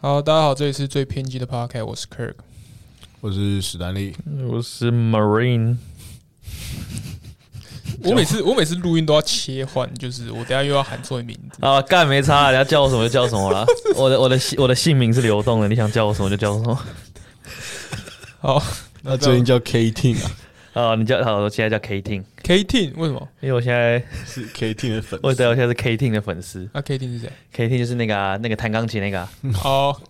好，大家好，这里是最偏激的 Podcast，我是 Kirk。我是史丹利，我是 Marine， 我每次我每次录音都要切换，就是我等下又要喊错你名字。啊，干没差啦，你要叫我什么就叫什么 啦。我的我的姓我的姓名是流动的，你想叫我什么就叫什 么。好， 那最近叫 K Ting 啊，啊，你叫好，我现在叫 K Ting， K T 为什么？因为我现在是 K Ting 的粉我对我现在是 K Ting 的粉丝啊，K T 是谁？ ，K Ting 就是那个、啊、那个弹钢琴那个、啊、哦，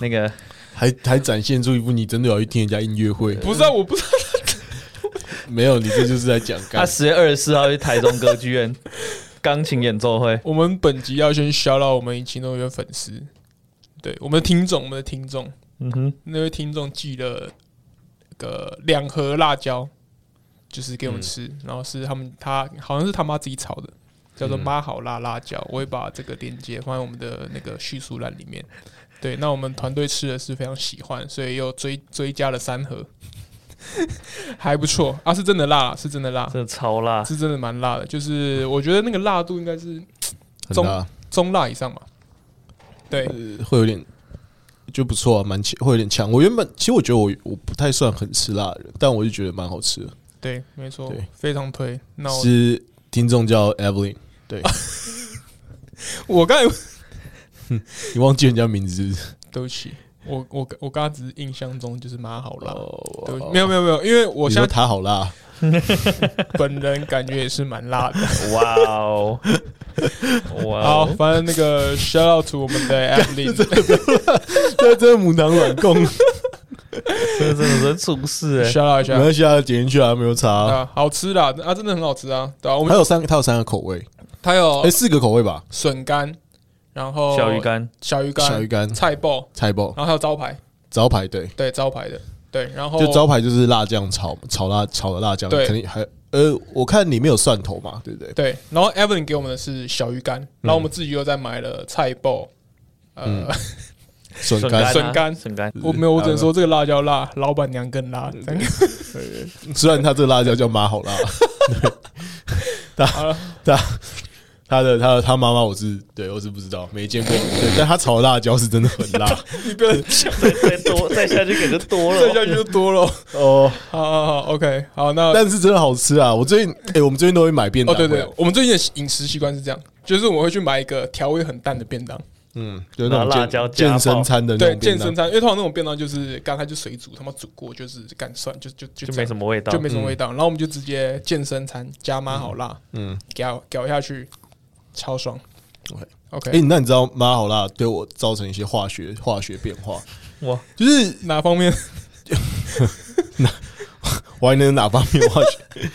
那个，还还展现出一副你真的要去听人家音乐会，不是啊，我不知道。没有，你这就是在讲他干。十月二十四号去台中歌剧院 钢琴演奏 会，我们本集要先 shout out 我们其中一位粉丝，对，我们的听众，我们的听众，嗯哼，那位听众寄了个两盒辣椒，就是给我们吃，然后是他们他好像是他妈自己炒的，叫做“妈好辣辣椒”，我会把这个链接放在我们的那个叙述栏里面。对，那我们团队吃的是非常喜欢，所以又追追加了三盒， 还不错啊，是真的辣，是真的辣，真的超 辣，是真的蛮辣的，就是我觉得那个辣度应该是很中大，中辣以上嘛。对，呃会有点就不错啊，蛮强，会有点强。我原本其实我觉得我我不太算很吃辣的人，但我就觉得蛮好吃的。对，没错对，非常推。那我是听众叫 Evelyn，我刚才你忘记人家名字是不是？对不起，我我我刚刚只是印象中就是蛮好辣，哦对不起，没有没有没有，因为我你现说在他好辣， 本人感觉也是蛮辣的。哇哦，哇好，哦，反正那个 shout out to 我们的 Evelyn，shout 他真的母囊软供，没这真的是出事哎、 out 一下关系啊，剪进去啊，没有差啊。啊，好吃啦，啊，真的很好吃啊，对啊，我还们有三个，他有三个口味，它有哎，四个口味吧，笋干，然后小鱼、干，小鱼小鱼干、干、菜爆，菜包、然后还有招牌，招牌对。对，招牌的，对，然后就招牌就是辣酱炒炒辣炒的辣酱，哦对肯定还呃，我看里面有蒜头嘛，对不对？对，然后 Evelyn 给我们的是小鱼干，嗯然后我们自己又再买了菜爆，呃，嗯笋啊干笋干笋干，我没有，我只能说这个辣椒辣，老板娘更辣，这样虽然它这个辣椒叫妈好 辣， 对，好他他他的他的他妈妈我是对我是不知道没见过，对，但他炒的辣椒是真的很 辣你不要讲，再再多再下去可就多 再了。下去就多了。 哦，好好好，OK，好，那但是真的好吃啊！我最近哎，我们最近都会买便哦当，对对，，我们最近的饮食习惯是这样，就是我们会去买一个调味很淡的便当，嗯，就是那种拿健辣椒加爆健身餐的那对种健便身当，餐，因为通常那种便当就是干它就水煮，他妈煮过就是干蒜，就就就就这没样什么味道，就没什么味道，然后我们就直接健身餐加妈好辣，嗯，搞搞下去，超爽。 OK OK，哎，那你知道妈好辣对我造成一些化学化学变化，哇，就是哪方面？ 我还能哪方面化学？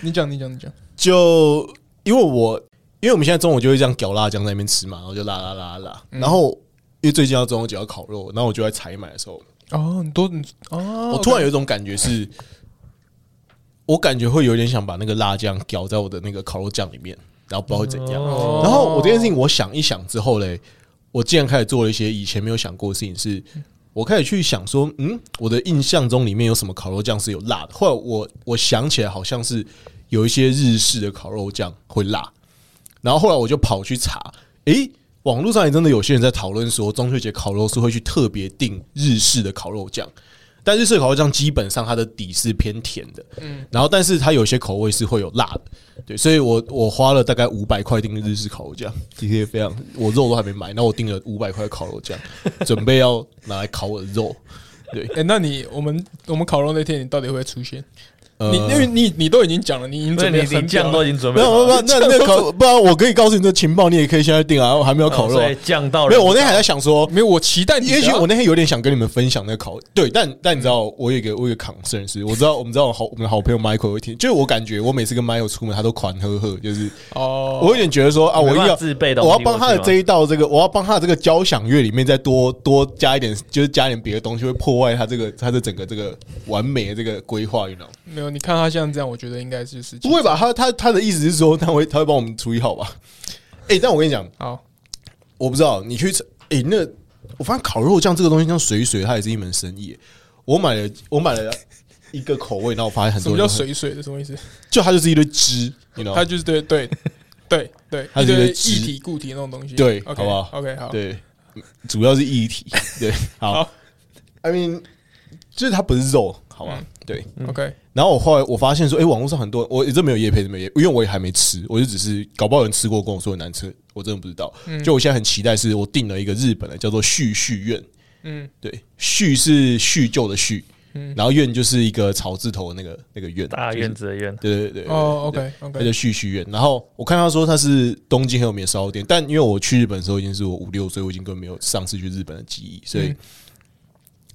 你讲，你讲，你讲。就因为我，因为我们现在中午就会这样搞辣酱在那边吃嘛，然后就辣辣辣辣。然后因为最近要中午就要烤肉，然后我就在采买的时候，哦，你多你哦，我突然有一种感觉是，我感觉会有点想把那个辣酱搞在我的那个烤肉酱里面，然后不知道会怎样。哦然后我这件事情我想一想之后嘞，我竟然开始做了一些以前没有想过的事情是。我开始去想说，嗯，我的印象中里面有什么烤肉酱是有辣的？后来我我想起来，好像是有一些日式的烤肉酱会辣。然后后来我就跑去查，诶、网络上也真的有些人在讨论说，中秋节烤肉是会去特别订日式的烤肉酱，但日式烤肉酱基本上它的底是偏甜的，嗯，然后但是它有些口味是会有辣的，对，所以我我花了大概五百块订日式烤肉酱，其实也非常，我肉都还没买，那我订了五百块烤肉酱，准备要拿来烤我的 肉。哎、那你我们我们烤肉那天，你到底会不会出现？呃你因为你你都已经讲了，你已经不是准你备很你酱都已经准没备有好没有了，哦没有，那那烤，不然我可以告诉你这情报，你也可以现在订啊，我还没有烤肉啊、哦所以酱到了没有，我那天还在想说，没有，我期待你的啊。也许我那天有点想跟你们分享那个考，对，但但你知道，我有一个我有一个 concern 是，我知道我们知道我好我们的好朋友 Michael 会听，就是我感觉我每次跟 Michael 出门，他都款呵呵，就是哦，我有点觉得说啊，你我没一定办法要自备的，我要帮他的这一道这个，我要帮他的这个交响乐里面再多多加一点，就是加一点别的东西，会破坏他这个他的整个这个完美的这个规划，you know？没有，你看他像这样，我觉得应该就是不会吧？他他他的意思是说，他会他会帮我们处理好吧？哎、但我跟你讲，好，我不知道你去吃，哎、那我发现烤肉酱这个东西，像水水，它也是一门生意耶。我买了，我买了一个口味，然后我发现很什多么叫人都水很，水的？什么意思？就它就是一堆汁，你知道他就是对对对对，它一就是堆一个汁液体固体那种东西。对 o k 好不好 o k 好。对，主要是议题。对，好好 i mean，就是它不是肉，好吧？对。 OK，然后我后来我发现说，哎、网络上很多人，我也真没有夜配，真没有业，因为我也还没吃，我就只是搞不好有人吃过跟我说很难吃，我真的不知道。就我现在很期待，是我订了一个日本的叫做旭旭苑，嗯，对，旭是叙旧的旭，然后苑就是一个草字头的那个那个苑，大就是院子的院，对对对对哦对，OK 它叫 OK，旭旭苑。然后我看他说他是东京很有名的烧肉店，但因为我去日本的时候已经是我五六岁，我已经根本没有上次去日本的记忆，所以、嗯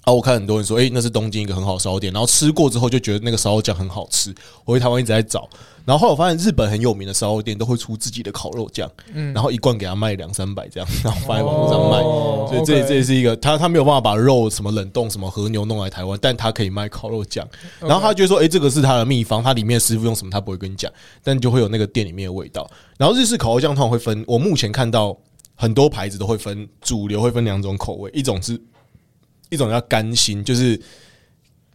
啊，我看很多人说，诶，那是东京一个很好的烧肉店，然后吃过之后就觉得那个烧肉酱很好吃，我回台湾一直在找，然后后来我发现日本很有名的烧肉店都会出自己的烤肉酱，嗯然后一罐给他卖两三百这样，然后放在网络上卖。哦所以这 OK 这也是一个他他没有办法把肉什么冷冻什么和牛弄来台湾，但他可以卖烤肉酱。然后他就说：“诶，这个是他的秘方，他里面的师傅用什么他不会跟你讲，但就会有那个店里面的味道。”然后日式烤肉酱通常会分，我目前看到很多牌子都会分，主流会分两种口味，一种是一种叫干心，就是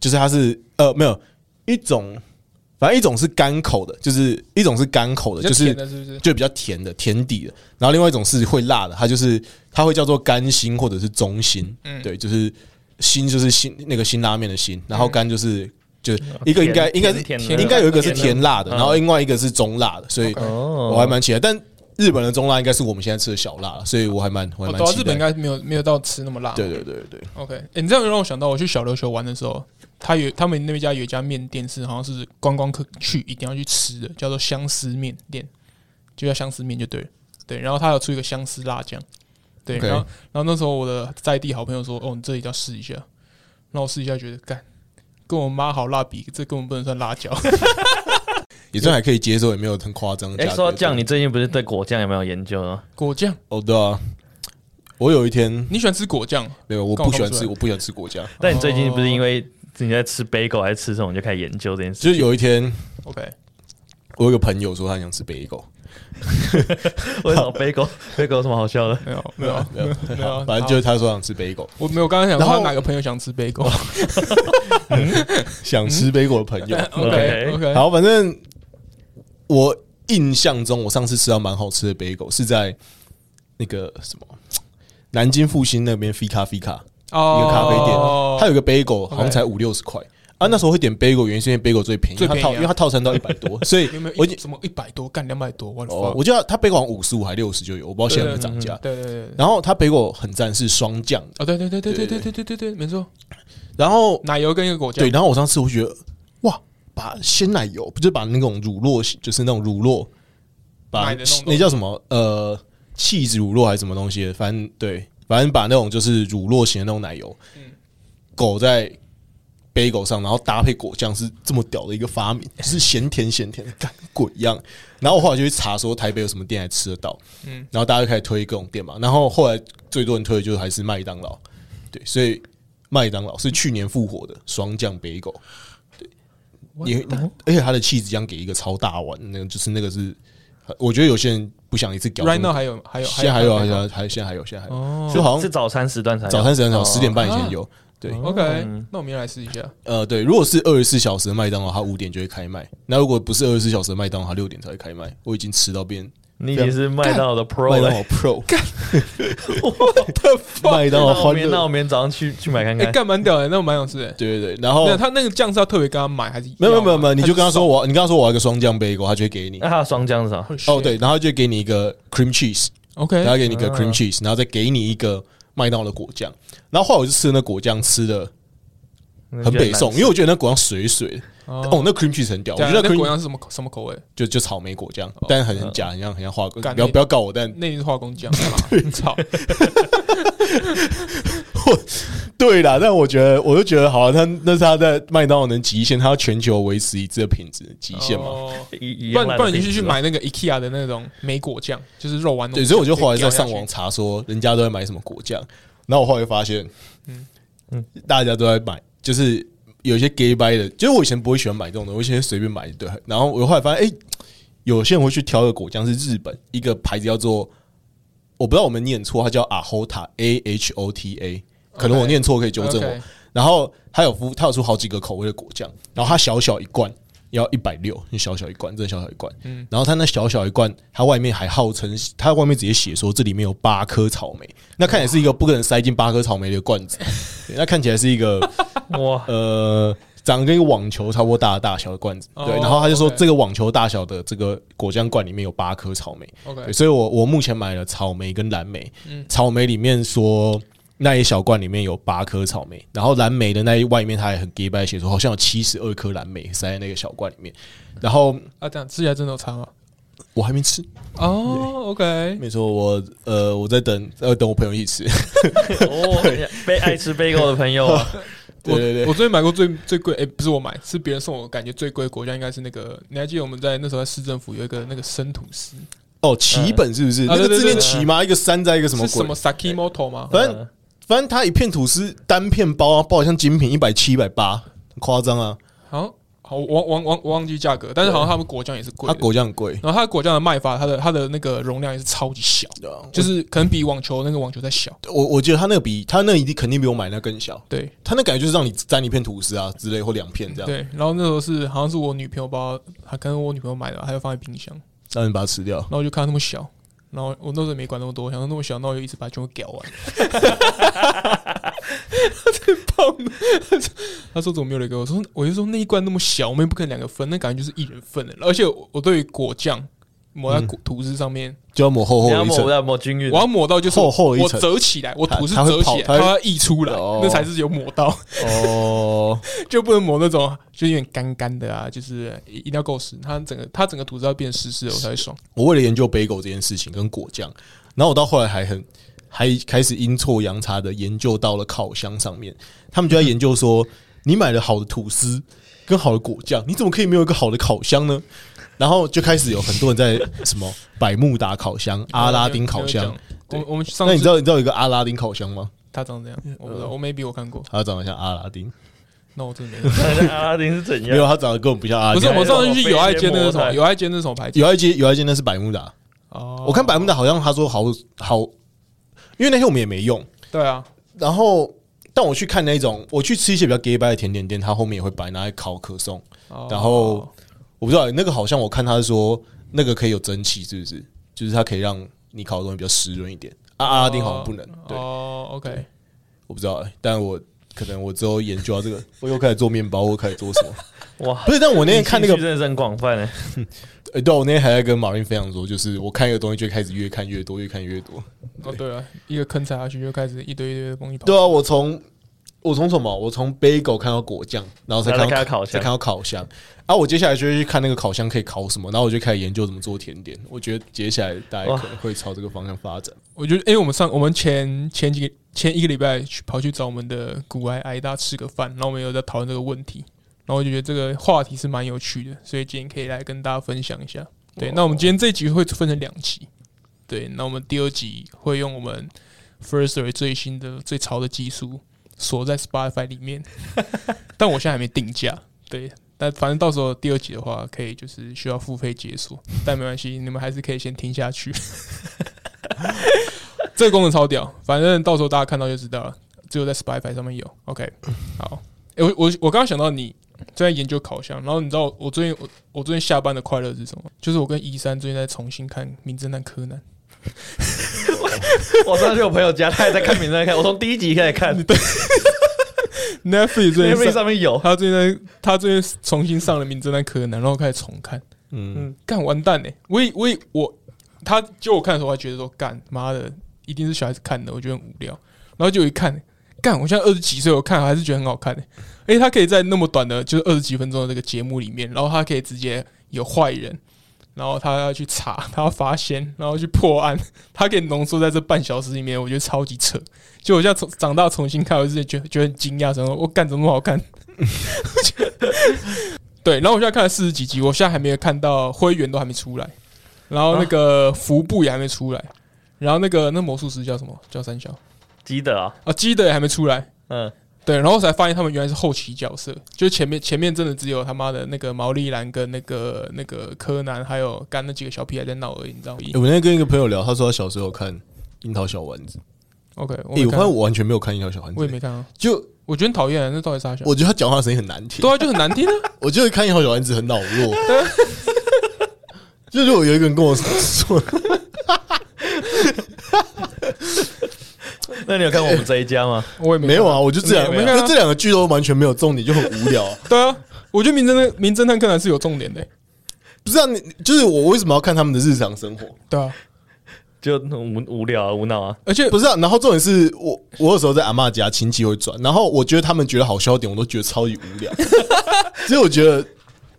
就是它是呃没有一种，反正一种是干口的，就是一种是干口的，比较就是甜的是不是？就比较甜的甜底的，然后另外一种是会辣的，它就是它会叫做干心或者是中心，对，就是心就是辛那个辛拉面的辛，然后干就是就一个应该应该是嗯甜的应该有一个是甜辣的，嗯然后另外一个是中辣的，所以 OK 我哦，还蛮期待。但日本的中辣应该是我们现在吃的小辣，所以我还蛮我哦，还对啊蛮，日期本应待。该没有没有到吃那么辣。对对对对， OK，欸你这样让我想到，我去小琉球玩的时候，他有他们那边家有一家面店是好像是观光客去一定要去吃的，叫做相思面店，就叫相思面就对了。对，然后他有出一个相思辣酱，对 OK 然后然后那时候我的在地好朋友说，哦，你这里要试一下，然后我试一下觉得干。跟我妈好辣比，这根本不能算辣椒。 也算还可以接受，也没有很夸张。哎，说到酱，你最近不是对果酱有没有研究啊？果酱，哦对啊，我有一天你喜欢吃果酱？没有，我不喜欢吃，我不喜欢吃果酱。但你最近不是因为你在吃 bagel 还是吃什么，你就开始研究这件事？就是有一天， OK，我有一个朋友说他想吃北狗，为什么 bagel bagel 有什么好笑的？没有没有没有，没有，反正就是他说想 吃北狗，我没有。刚刚想然说后哪个朋友想吃杯狗想吃北狗的朋 友。 ？OK OK，好，反正我印象中，我上次吃到蛮好吃的北狗是在那个什么南京复兴那边 Fika Fika 一一个咖啡店，它有有个北狗，好像才五六十块。啊，那时候会点北狗，原因是因为北狗最便宜，最它便宜啊套因为它套餐到一百 多，所以有没有一？我已经怎么一百多干两百多？我的哦，我记得它北狗五十五还六十就有，我不知道现在有没有涨价。对对对对，然后它北狗很赞，是双酱的，哦对对对对对对对对对对，没错，然后奶油跟一个果酱对，，然后我上次我觉得，哇，把鲜奶油，不是把那种乳酪，就是那种乳酪，把买的那种东西那叫什么呃，气质乳酪还是什么东西的，反正对，反正把那种就是乳酪型的那种奶油，嗯狗在。杯狗上，然后搭配果酱是这么屌的一个发明，就是咸甜咸甜的，干鬼一样。然后我后来就去查说台北有什么店还吃得到，嗯，然后大家就开始推各种店嘛。然后后来最多人推的就是还是麦当劳，对，所以麦当劳是去年复活的双酱杯狗，对，你哦而且它的气质酱给一个超大碗，那个就是那个是，我觉得有些人不想一次搞。 ，right now 还有还有现在还有，啊还还有，还有现在还有，现在还有，哦就好是像早餐时段才有早餐时间早十点半以啊前有，对， OK，那我明天来试一下。呃，对，如果是二十四小时的麦当劳，它五点就会开卖；那如果不是二十四小时的麦当劳，它六点才会开卖。我已经吃到变你已经是麦当劳的 pro 麦当了。劳 Pro，麦当劳那我欢明那我乐，明天早上去去买看哎，看。干蛮屌的，那我蛮想吃的。对对对。然后那他那个酱是要特别跟他买还是？哦啊没有没有没有没有，你就跟他说我，你跟他说我要一个双酱杯狗，他就会给你。那还啊有双姜是啥？哦，对，然后就给你一个 cream cheese， ，OK，然后给你一个啊 cream cheese，然后再给你一个麦当劳的果酱。然后后来我就吃了那果酱，吃的很很北宋，因为我觉得那果酱水水的。哦，哦，那 cream cheese 很屌，我觉讲得那 cream 果酱是什么什么口味？就就草莓果酱，但很很假，很像很像化工。干不要那不要告我，但 那是化工酱， 操！对啦，但我觉得，我就觉得，好、啊，他那是他在麦当劳能极限，他要全球维持一致的品质极限嘛。哦一一不然样烂的不然你就饼去是吧买那个 IKEA 的那种莓果酱，就是肉丸那种。对，所以我就后来在直接上掉网下去查说，人家都在买什么果酱，然后我后来发现，嗯嗯，大家都在买，就是有一些 gay buy 的，就是我以前不会喜欢买这种东西，我以前随便买对。然后我后来发现，哎、有些人会去挑的果酱是日本一个牌子叫做，我不知道我们念错，它叫 Ahota A H O T A，可能我 OK 念错可以纠正我。 OK 然后它有服，它有出好几个口味的果酱，然后它小小一罐，要一百六，就小小一罐，真的小小一罐。嗯然后它那小小一罐，它外面还号称，它外面直接写说这里面有八颗草莓，那看起来是一个不可能塞进八颗草莓的罐 子，对那看起来是一个哇，呃，长得跟一个网球差不多大的大小的罐子，哦对。然后他就说 OK 这个网球大小的这个果酱罐里面有八颗草莓， OK，对。所以我我目前买了草莓跟蓝莓嗯，草莓里面说。那一小罐里面有八颗草莓，然后蓝莓的那一外面它也很 g i 白写说好像有七十二颗蓝莓塞在那个小罐里面，然后啊，这样吃起来真的有差吗？我还没吃，哦，OK，没错，我呃我在等呃等我朋友一起吃， 哦，被爱吃 bagel 的朋友啊，对对 对我我最近买过最最贵，哎、不是我买，是别人送我，感觉最贵的国家应该是那个，你还记得我们在那时候在市政府有一个那个生吐司，哦，奇本是不是？啊那对个对字对念奇吗？一个山在一个什么是鬼什？么啊 Sakimoto 吗？反正反正它一片吐司单片包啊，包好像精品一百七、一百八，很夸张啊！好，好，我忘忘忘我忘记价格，但是好像他们果酱也是贵它的。果酱很贵，然后它的果酱的卖法，它的它的那个容量也是超级小，就就是是可能比网球那个网球再小。啊我我觉得它那个比它那一定肯定比我买那更小，对它那感觉就是让你沾一片吐司啊之类或两片这样，对，然后那时候是好像是我女朋友把她跟我女朋友买的，她就放在冰箱，让你把它吃掉然。后我就看它那么小，然后我那时候也没管那么多，想说那么小，那我就一直把它全部 屌完。他这胖，他说怎么没有人给我？我说我就说那一罐那么小，我们也不可能两个分，那感觉就是一人份的。而且我我对于果酱抹嗯在果吐司上面，就要抹厚厚你的要一抹层不，要抹均匀我，要抹到就是厚厚的一我层折起来，我吐司它它会折跑起来，它会它要溢出来哦，那才是有抹到， 哦，就不能抹那种就有点干干的啊，就是一一定要够湿，它整个它整个吐司要变湿湿的，我才会爽。 我为了研究北狗这件事情跟果酱，然后我到后来还很还开始阴错阳差的研究到了烤箱上面，他们就在研究说，你买了好的吐司跟好的果酱，你怎么可以没有一个好的烤箱呢？然后就开始有很多人在什么百慕达烤箱、阿拉丁烤箱。，我我们上那次你知道你知道有一个阿拉丁烤箱吗？它长这样，我不知道，我 maybe 我看过，它长得像阿拉丁，那我真的没 有。阿拉丁是怎没有， 样？它长得根本不像阿拉不是，丁。我上次去友爱街那个什我么，被友爱街那是什么牌子？有一间有一间那是百慕达，哦我看百慕达好像他说好好，因为那天我们也没用，对啊，然后，但我去看那种，我去吃一些比较 gay 掰的甜点店，它后面也会摆拿来烤可颂。哦然后我不知道那个好像我看他说那个可以有蒸汽，是不是？就是它可以让你烤的东西比较湿润一点。啊，阿拉丁好像不能，对，哦，OK，我不知道、欸，但我可能我之后研究到这个，我又开始做面包，我又开始做什么？ 哇，不是，但我那天看那个你兴趣，真的是很广泛诶，欸呃、对我那天还在跟马云分享说，就是我看一个东西就开始越看越多，越看越多。哦对了，一个坑踩下去就开始一堆一堆的东西跑。对啊，我从我从什么？我从 bagel 看到果酱，然后才然后看再到看到烤箱才看到烤箱。啊，我接下来就会去看那个烤箱可以烤什么，然后我就开始研究怎么做甜点。我觉得接下来大家可能会朝这个方向发展。我觉得，因为我们上我们前前几个前一个礼拜去跑去找我们的古埃挨大吃个饭，然后我们有在讨论这个问题，然后我就觉得这个话题是蛮有趣的，所以今天可以来跟大家分享一下。对，哇那我们今天这一集会分成两集，对，那我们第二集会用我们 Firstory 最新的最潮的技术锁在 Spotify 里面，但我现在还没定价，对。但反正到时候第二集的话，可以就是需要付费解锁，但没关系，你们还是可以先听下去。这个功能超屌，反正到时候大家看到就知道了，只有在 Spotify 上面有。OK，好， 诶，我我我刚刚想到你在研究烤箱，然后你知道我最近我我最近下班的快乐是什么？就是我跟一三最近在重新看《名侦探柯南》， 我上次去我朋友家，他也在看名侦看，我从第一集开始看 Netflix 最近，Netflix 上上面有， 他最近在他最近重新上了《名侦探柯南》，然后开始重看，嗯，嗯，干完蛋呢、我以我以我他就我看的时候，还觉得说干妈的一定是小孩子看的，我觉得很无聊。然后就一看，干我现在二十几岁，我看还是觉得很好看、欸。而且他可以在那么短的，就是二十几分钟的这个节目里面，然后他可以直接有坏人，然后他要去查，他要发现，然后去破案，他可以浓缩在这半小时里面，我觉得超级扯。就我现在从长大重新看，我是觉得觉得很惊讶，什么我干怎么那么好看？对，然后我现在看了四十几集，我现在还没有看到灰原都还没出来，然啊后那个服部也还没出来，然后那个那魔术师叫什么？叫三小记得啊，啊，基德也还没出来。嗯，对，然后我才发现他们原来是后期角色，就是前面前面真的只有他妈的那个毛利兰跟那个那个柯南，还有干那几个小屁孩在闹而已，你知道吗欸我那天跟一个朋友聊，他说他小时候看《樱桃小丸子》 ？OK，我欸，没我发看现，我完全没有看《樱桃小丸子我也》没看啊。就我觉得很讨厌，那到底啥小？我觉得他讲话声音很难听对，啊，就很难听啊。我觉得看一号小丸子很老弱。 就如果有一个人跟我说， 那你有看过我们这一家吗？我也没有啊，我就这两，没有没有就这两个剧都完全没有重点，就很无聊啊。对啊，我觉得名侦探名侦探柯南是有重点的欸、不是啊，你就是我为什么要看他们的日常生活？对啊，就无无聊啊，无脑啊。而且不是啊，然后重点是我，我有时候在阿嬷家亲戚会转，然后我觉得他们觉得好笑点，我都觉得超级无 聊。所以我觉得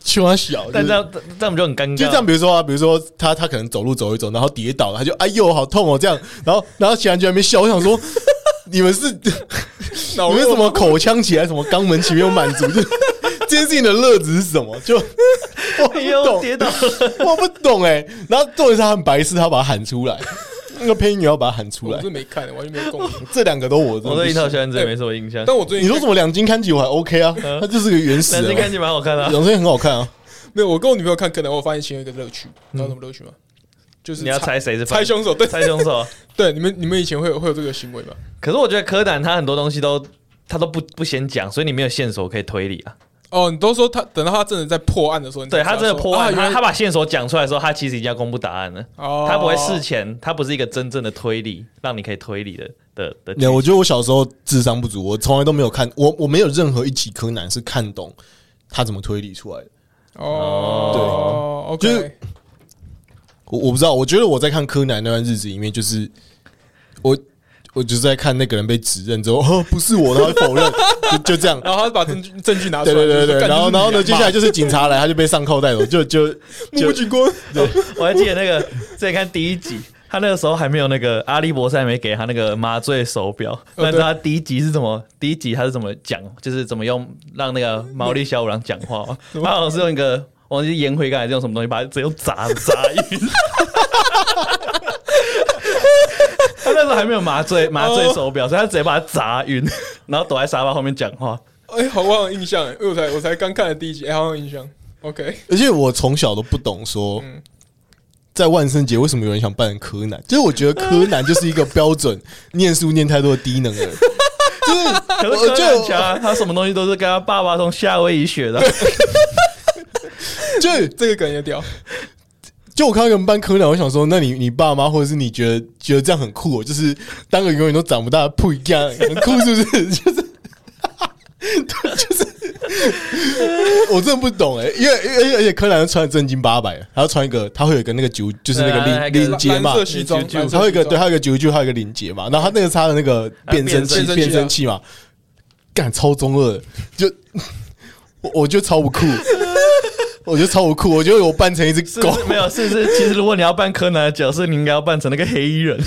青蛙小，但就是这样这这样不就很尴尬？就这样，比如说啊，比如说他他可能走路走一走，然后跌倒了，他就哎呦好痛哦这样，然后然后其他人就在那边笑，我想 说你们是脑弱你们什么口腔起来，什么肛门起没有满足，就 这件事情的乐子是什么？ 就我不 哎呦，懂，跌倒了，我不懂哎、然后重点是他很白痴，他把他喊出来，那个配音员要把他喊出我来是，没看，完全没有共鸣。这两个都我真我的不对樱行桃小丸子也没什么印象，但我最你近说什么两金看起我还 OK 啊，他就是个原始但是人看嘛，起来蛮好看的啊。两声很好看啊。没有？我跟我女朋友看柯南，我发现其中一个乐趣，你知道什么乐趣吗？就是嗯你要猜猜谁是猜反凶手。对猜凶手？啊对，你们你们以前会有会有这个行为吗？可是我觉得柯南他很多东西都他都不不先讲，所以你没有线索可以推理啊。哦，你都说他等到他真的在破案的时候，你才对他知真道的说破案，啊他原他来把线索讲出来的时候，他其实已经要公布答案了。哦他不会事前，他不是一个真正的推理，让你可以推理的的的剧没有，我觉得我小时候智商不足，我从来都没有看，我我没有任何一集柯南是看懂他怎么推理出来的。哦，对就 OK，是我我不知道，我觉得我在看柯南那段日子里面，就是我我就是在看那个人被指认之后，哦，不是我，然后否认，就就这样。然后他把证据证据拿出来，对对对就是对，说然后然后呢，接下来就是警察来，他就被上铐带走，就 就幕布就警官 我还记得那个之前看第一集，他那个时候还没有那个阿笠博士还没给他那个麻醉手哦表，对但是他第一集是怎么？第一集他是怎么讲？就是怎么用让那个 毛利小五郎讲话嘛？他好像是用一个忘记烟灰缸还是用什么东西把它直接用砸的砸晕。 他那时候还没有麻醉麻醉哦手表，所以他直接把它砸晕，然后躲在沙发后面讲话。哎，好，我好像有印象，哎，因为我才我才刚看了第一集，哎，好像有印象。OK，而且我从小都不懂说嗯，在万圣节为什么有人想扮柯南？就是我觉得柯南就是一个标准念书念太多的低能儿， 就是可我是柯就南强，他什么东西都是跟他爸爸从夏威夷 学的。就是这个梗也屌，就我看到有人扮柯南，我想说，那你你爸妈或者是你觉得觉得这样很酷、哦，就是当个永远都长不大的不一样，很酷是 不是？就是。就是，我真的不懂哎、因为而且而且柯南穿的正经八百，还要穿一个，他会有一个那个揪，就是那对啊那个个领领结嘛，蓝色西装，就就蓝色还有一个西装对，还有一个九九，还有一个领结嘛。然后他那个是他的那个变声器变，声器变声器嘛，干超中二的，就 我我觉得超不酷，我觉得超不酷，我觉得我扮成一只是狗不，是没有？是不是？其实如果你要扮柯南的角色，你应该要扮成那个黑衣人。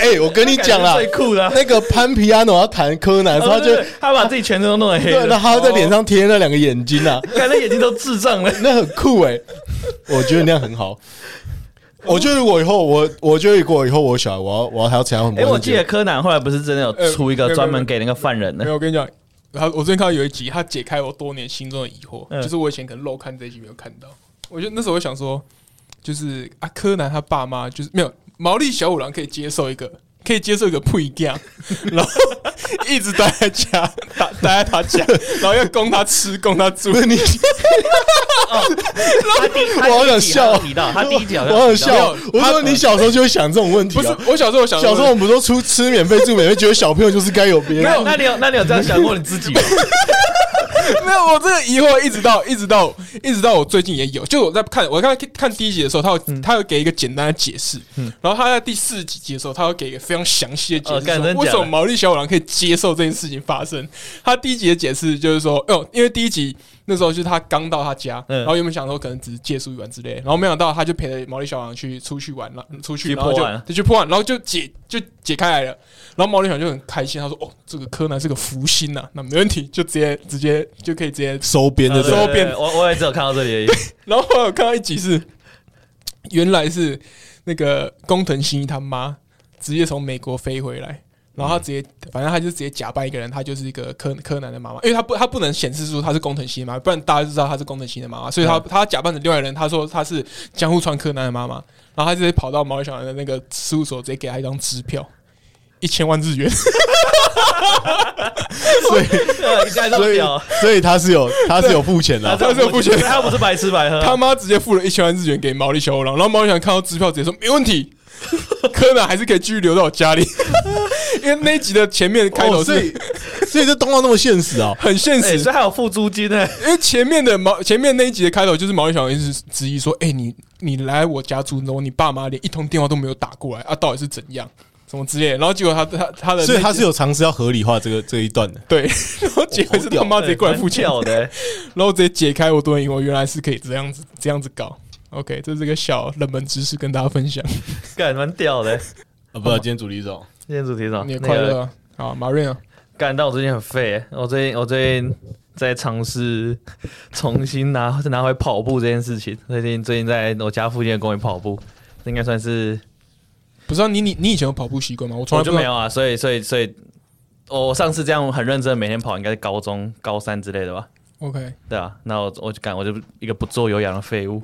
哎、我跟你讲啦感觉，最酷的啊、 那个潘皮亚诺要弹柯南的时候，他哦 就对对他把自己全身都弄成黑对，人然，后他在脸上贴那两个眼睛 啊，看那眼睛都智 障了。那很酷哎、我觉得那样很好。我觉得如果以后我，我觉得如果以后我小孩，我要我要还要参加很哎、多。我记得柯南后来不是真的有出一个专门给那个犯人 的没，有，我跟你讲，然后我最近看到有一集，他解开我多年心中的疑惑，嗯就是我以前可能漏看这一集没有看到。我就那时候我想说，就是啊，柯南他爸妈就是没有毛利小五郎可以接受一个，可以接受一个不一 样，然后一直待在家，待 待在他家，然后要供他吃，供他住。不是你，他第我好想笑他第一集好像提到他第一集好像 我好提到笑。我说你小时候就会想这种问题、不啊，是，我小时候想小时候我们都出吃免费住免费，觉得小朋友就是该有别那人。那你有那你有这样想过你自己吗？ 没有，我这个疑惑一直到一直到一直到我最近也有，就我在看我刚才看第一集的时候，他有、他有给一个简单的解释，然后他在第四集集的时候，他有给一个非常详细的解哦释，干说真假的为什么毛利小五郎可以接受这件事情发生。他第一集的解释就是说，哦，因为第一集那时候就是他刚到他家，嗯然后原本想说可能只是借宿一晚之类的，然后没想到他就陪着毛利小五郎去出去玩了，出去去然后就破案就去破案，然后就解就解开来了。然后毛利小五郎就很开心，他说：“哦，这个柯南是个福星呐、那没问题，就直接直接就可以直接收编的这对种收对编对我我也只有看到 这里而已。然后后来我看到一集是，原来是那个工藤新一他妈直接从美国飞回来，然后他直接，反正他就直接假扮一个人，他就是一个柯柯南的妈妈，因为他不他不能显示出他是工藤新一妈妈，不然大家就知道他是工藤新一的妈妈，所以他、他假扮成另外一个人，他说他是江户川柯南的妈妈，然后他直接跑到毛利小丸的那个事务所，直接给他一张支票，一千万日元。 所以呃你看这所么以屌，所以他是有他是有付钱 的啊，他是有付钱他不是白吃嗯白喝，他妈直接付了一千万日元给毛利小五郎，然后毛利小五郎看到支票直接说没问 题，柯南还是可以继续留到我家里， 因为那一集的前面开头哦所以是所以这动画那么现实 啊，很现哎，实所以还有付租金呢。因为前面的毛前面那一集的开头就是毛利小五郎一直质疑说：“哎、你你来我家住然后你爸妈连一通电话都没有打过来啊，到底是怎样？什么之类的？”然后结果他他他的那所以他集是有尝试要合理化这个这一段的。对，然后结果是他妈直接过来付 钱，对蛮屌的，欸然后直接解开我多年疑惑，原来是可以这样子这样子搞。OK，这是个小冷门知识跟大家分享， 干蛮屌的。啊，不，今天主力是什么？今天主题是什么？你也那快个乐啊！好，马瑞啊，干，但我最近很废欸，我最近我最近在尝试重新拿 再拿回跑步这件事情。最近最近在我家附近的公园跑步，应该算是不知道你你你以前有跑步习惯吗？我从我来不就知道没有啊，所以所以所以，我上次这样很认真每天跑，应该是高中高三之类的吧？ OK，对啊，那我我就干，我就一个不做有氧的废物。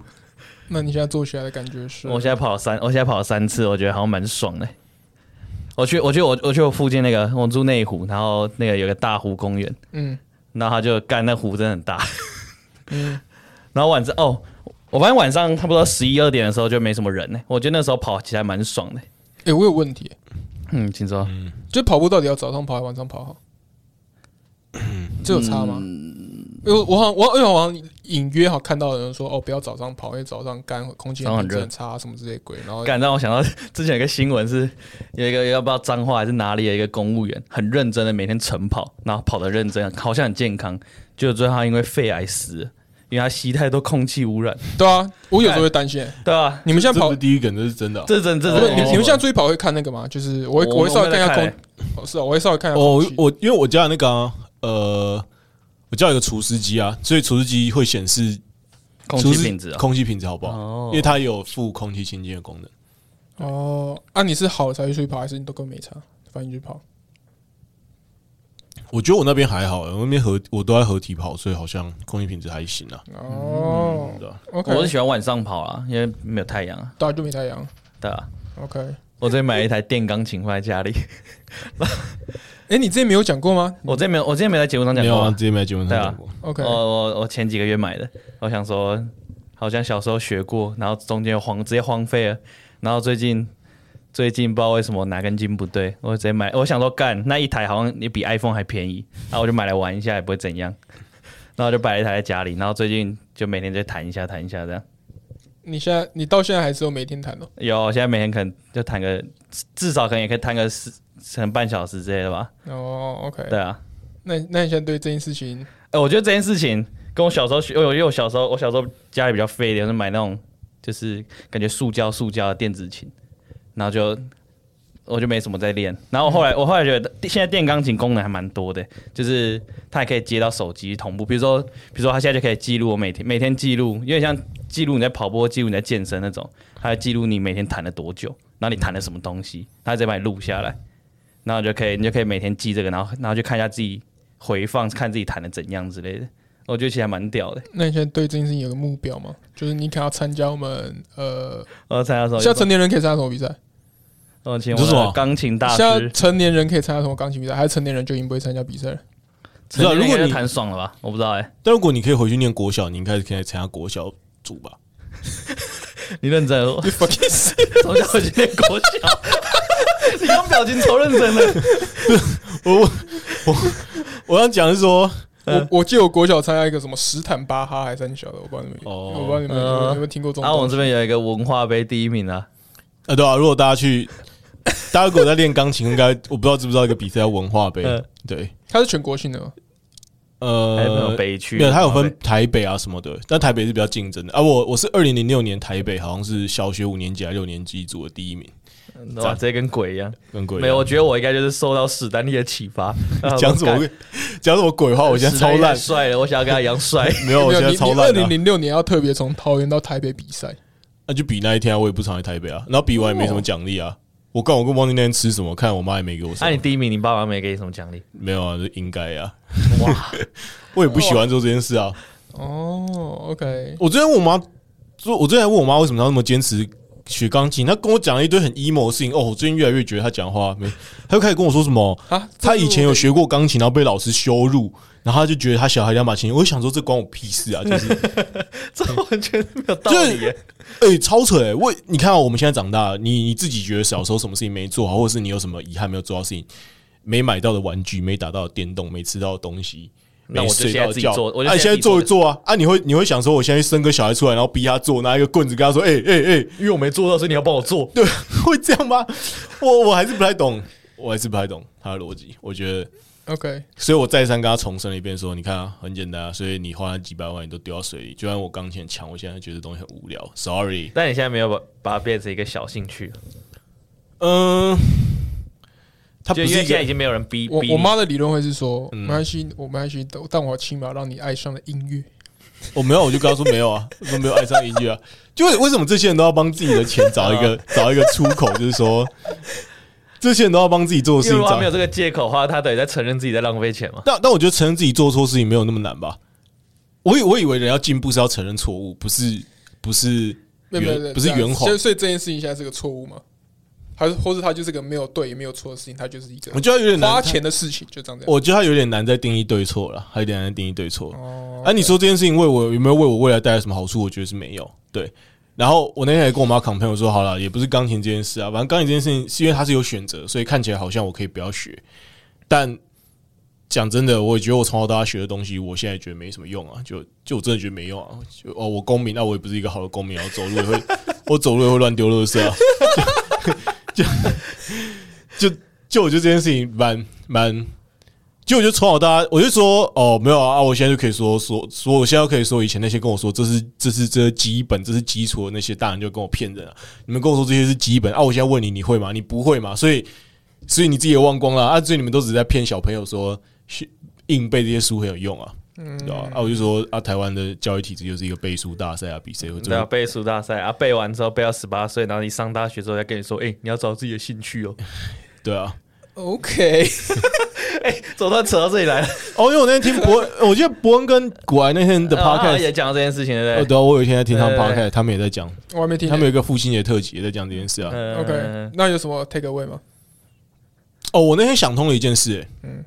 那你现在做起来的感觉是？我现在跑了三，我现在跑了三次，我觉得好像蛮爽的。我去，我去，我我去我附近那个，我住内湖，然后那个有个大湖公园，嗯然后他就干那湖真的很大，嗯，然后晚上哦，我发现晚上差不多十一二点的时候就没什么人呢、我觉得那时候跑起来蛮爽的、哎、我有问题、嗯，请说。就跑步到底要早上跑还是晚上跑好？这有差吗？因为我好像我因为我好像隐约好看到有人说哦，不要早上跑，因为早上干空气早上很品质热很差什么之类的鬼，然后干让我想到 之前有一个新闻是，有一个要不知道彰化还是哪里的一个公务员，很认真的每天晨跑，然后跑得认真，好像很健康，结果最后他因为肺癌死了，因为他吸太多空气污染，对啊，我有时候会担心、对啊，你们现在这跑不是，第一梗，这是真的啊。这真这不是真，你哦们你们现在像出去跑会看那个吗？就是我会我我会稍微看一下我没在欸空，哦是啊，我会稍微看一下空哦气，。我因为我家那个啊呃，我家有个除湿机啊，所以除湿机会显示空除气湿品质啊，空气品质好不好？哦因为它有附空气清净的功能。哦，啊，你是好才会出去跑，还是你都跟没差？反正你去跑。我觉得我那边还好，我那边合我都在合体跑，所以好像空气品质还行啊。哦对啊，OK，我是喜欢晚上跑啊，因为没有太阳啊，对啊，就没太阳。对啊。 OK，哎、我最近买了一台电钢琴放在家里，诶你之前没有讲过吗我之前没有，我之前没有在节目上讲没有过啊，啊。之前没节目上对啊讲过。 ？OK，我我我前几个月买的，我想说好像小时候学过，然后中间又荒直接荒废了，然后最近最近不知道为什么哪根筋不对，我直接买，我想说干那一台好像也比 iPhone 还便宜，然后我就买来玩一下也不会怎样，然后就摆了一台在家里，然后最近就每天就弹一下弹一下这样。你现在你到现在还是有每天弹哦？有，现在每天可能就弹个至少可能也可以弹个十可能半小时之类的吧。哦，OK，对啊，那那你现在对这件事情，哎、我觉得这件事情跟我小时候学，因为我因为我小时候我小时候家里比较废一点，我就买那种就是感觉塑胶塑胶的电子琴，然后就我就没什么在练。然后我后来、我后来觉得现在电钢琴功能还蛮多的，就是它还可以接到手机同步，比如说比如说它现在就可以记录我每天每天记录，因为像记录你在跑步、记录你在健身那种，它会记录你每天弹了多久，然后你弹了什么东西，它直接把你录下来，然后你就可以你就可以每天记这个，然后然后就看一下自己回放，看自己弹的怎样之类的。我觉得其实还蛮屌的。那你现在对这件事情有个目标吗？就是你可能要参加我们呃，我参加什么？现在成年人可以参加什么比赛？我哦请你是什我么钢琴大现在师，成年人可以参加什么钢琴比赛？还是成年人就已经不会参加比 赛了？不知道如果你弹爽了吧？我不知道哎，但如果你可以回去念国小，你应该可以参加国小组吧？你认真了？从小就念国小， 你刚表情超认真的。我我我我要讲的是说，我我记得我国小参加一个什么斯坦巴哈还是三小的，我不知道你们有，哦我不知道你们有没有呃有没有听过这种然后东我们西。这边有一个文化杯第一名啊，呃，对啊，如果大家去，大家如果在练钢琴，应该我不知道知不知道一个比赛叫文化杯 嗯，对，它是全国性的吗，还有呃，北区，没有，它有分台北啊什么的，但台北是比较竞争的啊。我我是二零零六年台北，好像是小学五年级还是六年级组的第一名，嗯，哇，直接跟鬼一样。跟鬼一样啊没有，我觉得我应该就是受到史丹利的启发。 讲什么干？讲什么鬼话，我现在史超丹利太烂，帅了，我想要跟他一 样帅。没有，我没现有，在你超你二烂的零啊。零六年要特别从桃园到台北比赛，那就比那一天啊，我也不常来台北啊，然后比完也没什么奖励啊。我刚我跟汪丁那天吃什么，看我妈也没给我什啊那你么，第一名，你爸妈没给你什么奖励？没有啊，就应该啊。哇， 我也不喜欢做这件事啊。哦，OK，我昨天问我妈，说我昨天还问我妈为什么她那么坚持学钢琴，他跟我讲了一堆很 emo 的事情。哦，我最近越来越觉得他讲话没，他就开始跟我说什 么啊他以前有学过钢琴，然后被老师羞辱，然后他就觉得他小孩两把琴。我就想说，这关我屁事啊！就是， 这完全没有道就是理耶。哎、超扯哎、我你看、啊、我们现在长大，你你自己觉得小时候什么事情没做好，或者是你有什么遗憾没有做到的事情，没买到的玩具，没打到的电动，没吃到的东西。没那我就睡现在到的自己觉做我就啊，你现在现自在己做做一做啊！啊，你会你会想说，我现在去生个小孩出来，然后逼他做，拿一个棍子跟他说，哎哎哎，因为我没做到，所以你要帮我做。对， 会这样吗？我我还是不太懂，我还是不太懂他的逻辑。我觉得， OK，所以我再三跟他重申了一遍，说你看啊，很简单啊，所以你花了几百万，你都丢到水里。就算我钢琴很强，我现在觉得东西很无聊，sorry。但你现在没有把把它变成一个小兴趣，嗯，他不就是因为一嗯现在已个经没有人逼我逼我你妈的理论会是说，没关系，我没关系，但但我起码让你爱上了音乐。我没有，我就跟他说没有啊，我说没有爱上音乐啊。就是为什么这些人都要帮自己的钱找一 哦个找一个出口，就是说这些人都要帮自己做的事因为情如果他找没有。这个借口的话，他等于在承认自己在浪费钱嘛。但但我觉得承认自己做错事情没有那么难吧？我以我以为人要进步是要承认错误，不是不是没有没有没圆有不是这样圆谎所以，所以这件事情现在是个错误吗？还是或是它就是个没有对也没有错的事情，它就是一个我觉得他有点花难。钱的事情，就这样这样。我觉得他有点难在定义对错了，还有点难在定义对错。哦啊，你说这件事情为我有没有为我未来带来什么好处？我觉得是没有。对，然后我那天也跟我妈 complain，我说好了，也不是钢琴这件事啊，反正钢琴这件事情是因为它是有选择，所以看起来好像我可以不要学。但讲真的，我也觉得我从小到大学的东西，我现在觉得没什么用啊，就就我真的觉得没用啊。就哦，我公民，那我也不是一个好的公民啊，我走路也会，我走路也会乱丢垃圾啊， 就就就就我觉得这件事情蛮蛮。就我就从小到大，我就说哦，没有啊，啊我现在就可以说说说，我现在就可以说以前那些跟我说这是这是这是基本，这是基础的那些大人就跟我骗人啊！你们跟我说这些是基本啊，我现在问你，你会吗？你不会嘛？所以所以你自己也忘光了啊！所以你们都只是在骗小朋友说学硬背这些书很有用啊，嗯对吧、啊？我就说啊，台湾的教育体制就是一个背书大赛啊，比谁会最对啊，背书大赛啊，背完之后背到十八岁，然后你上大学之后再跟你说，哎、你要找自己的兴趣哦。对啊。 ，OK，哎、怎么突然扯到这里 来了？哦，因为我那天听 伯，我记得伯恩跟古埃那天的啊 啊 podcast，也讲到这件事情，对哦，不对？对啊，我有一天在听他们对对对 podcast，他们也在讲。我还没听他呢。们有一个父亲节特辑也在讲这件事啊。嗯 OK，那有什么 take away 吗？哦，我那天想通了一件事、欸，嗯嗯，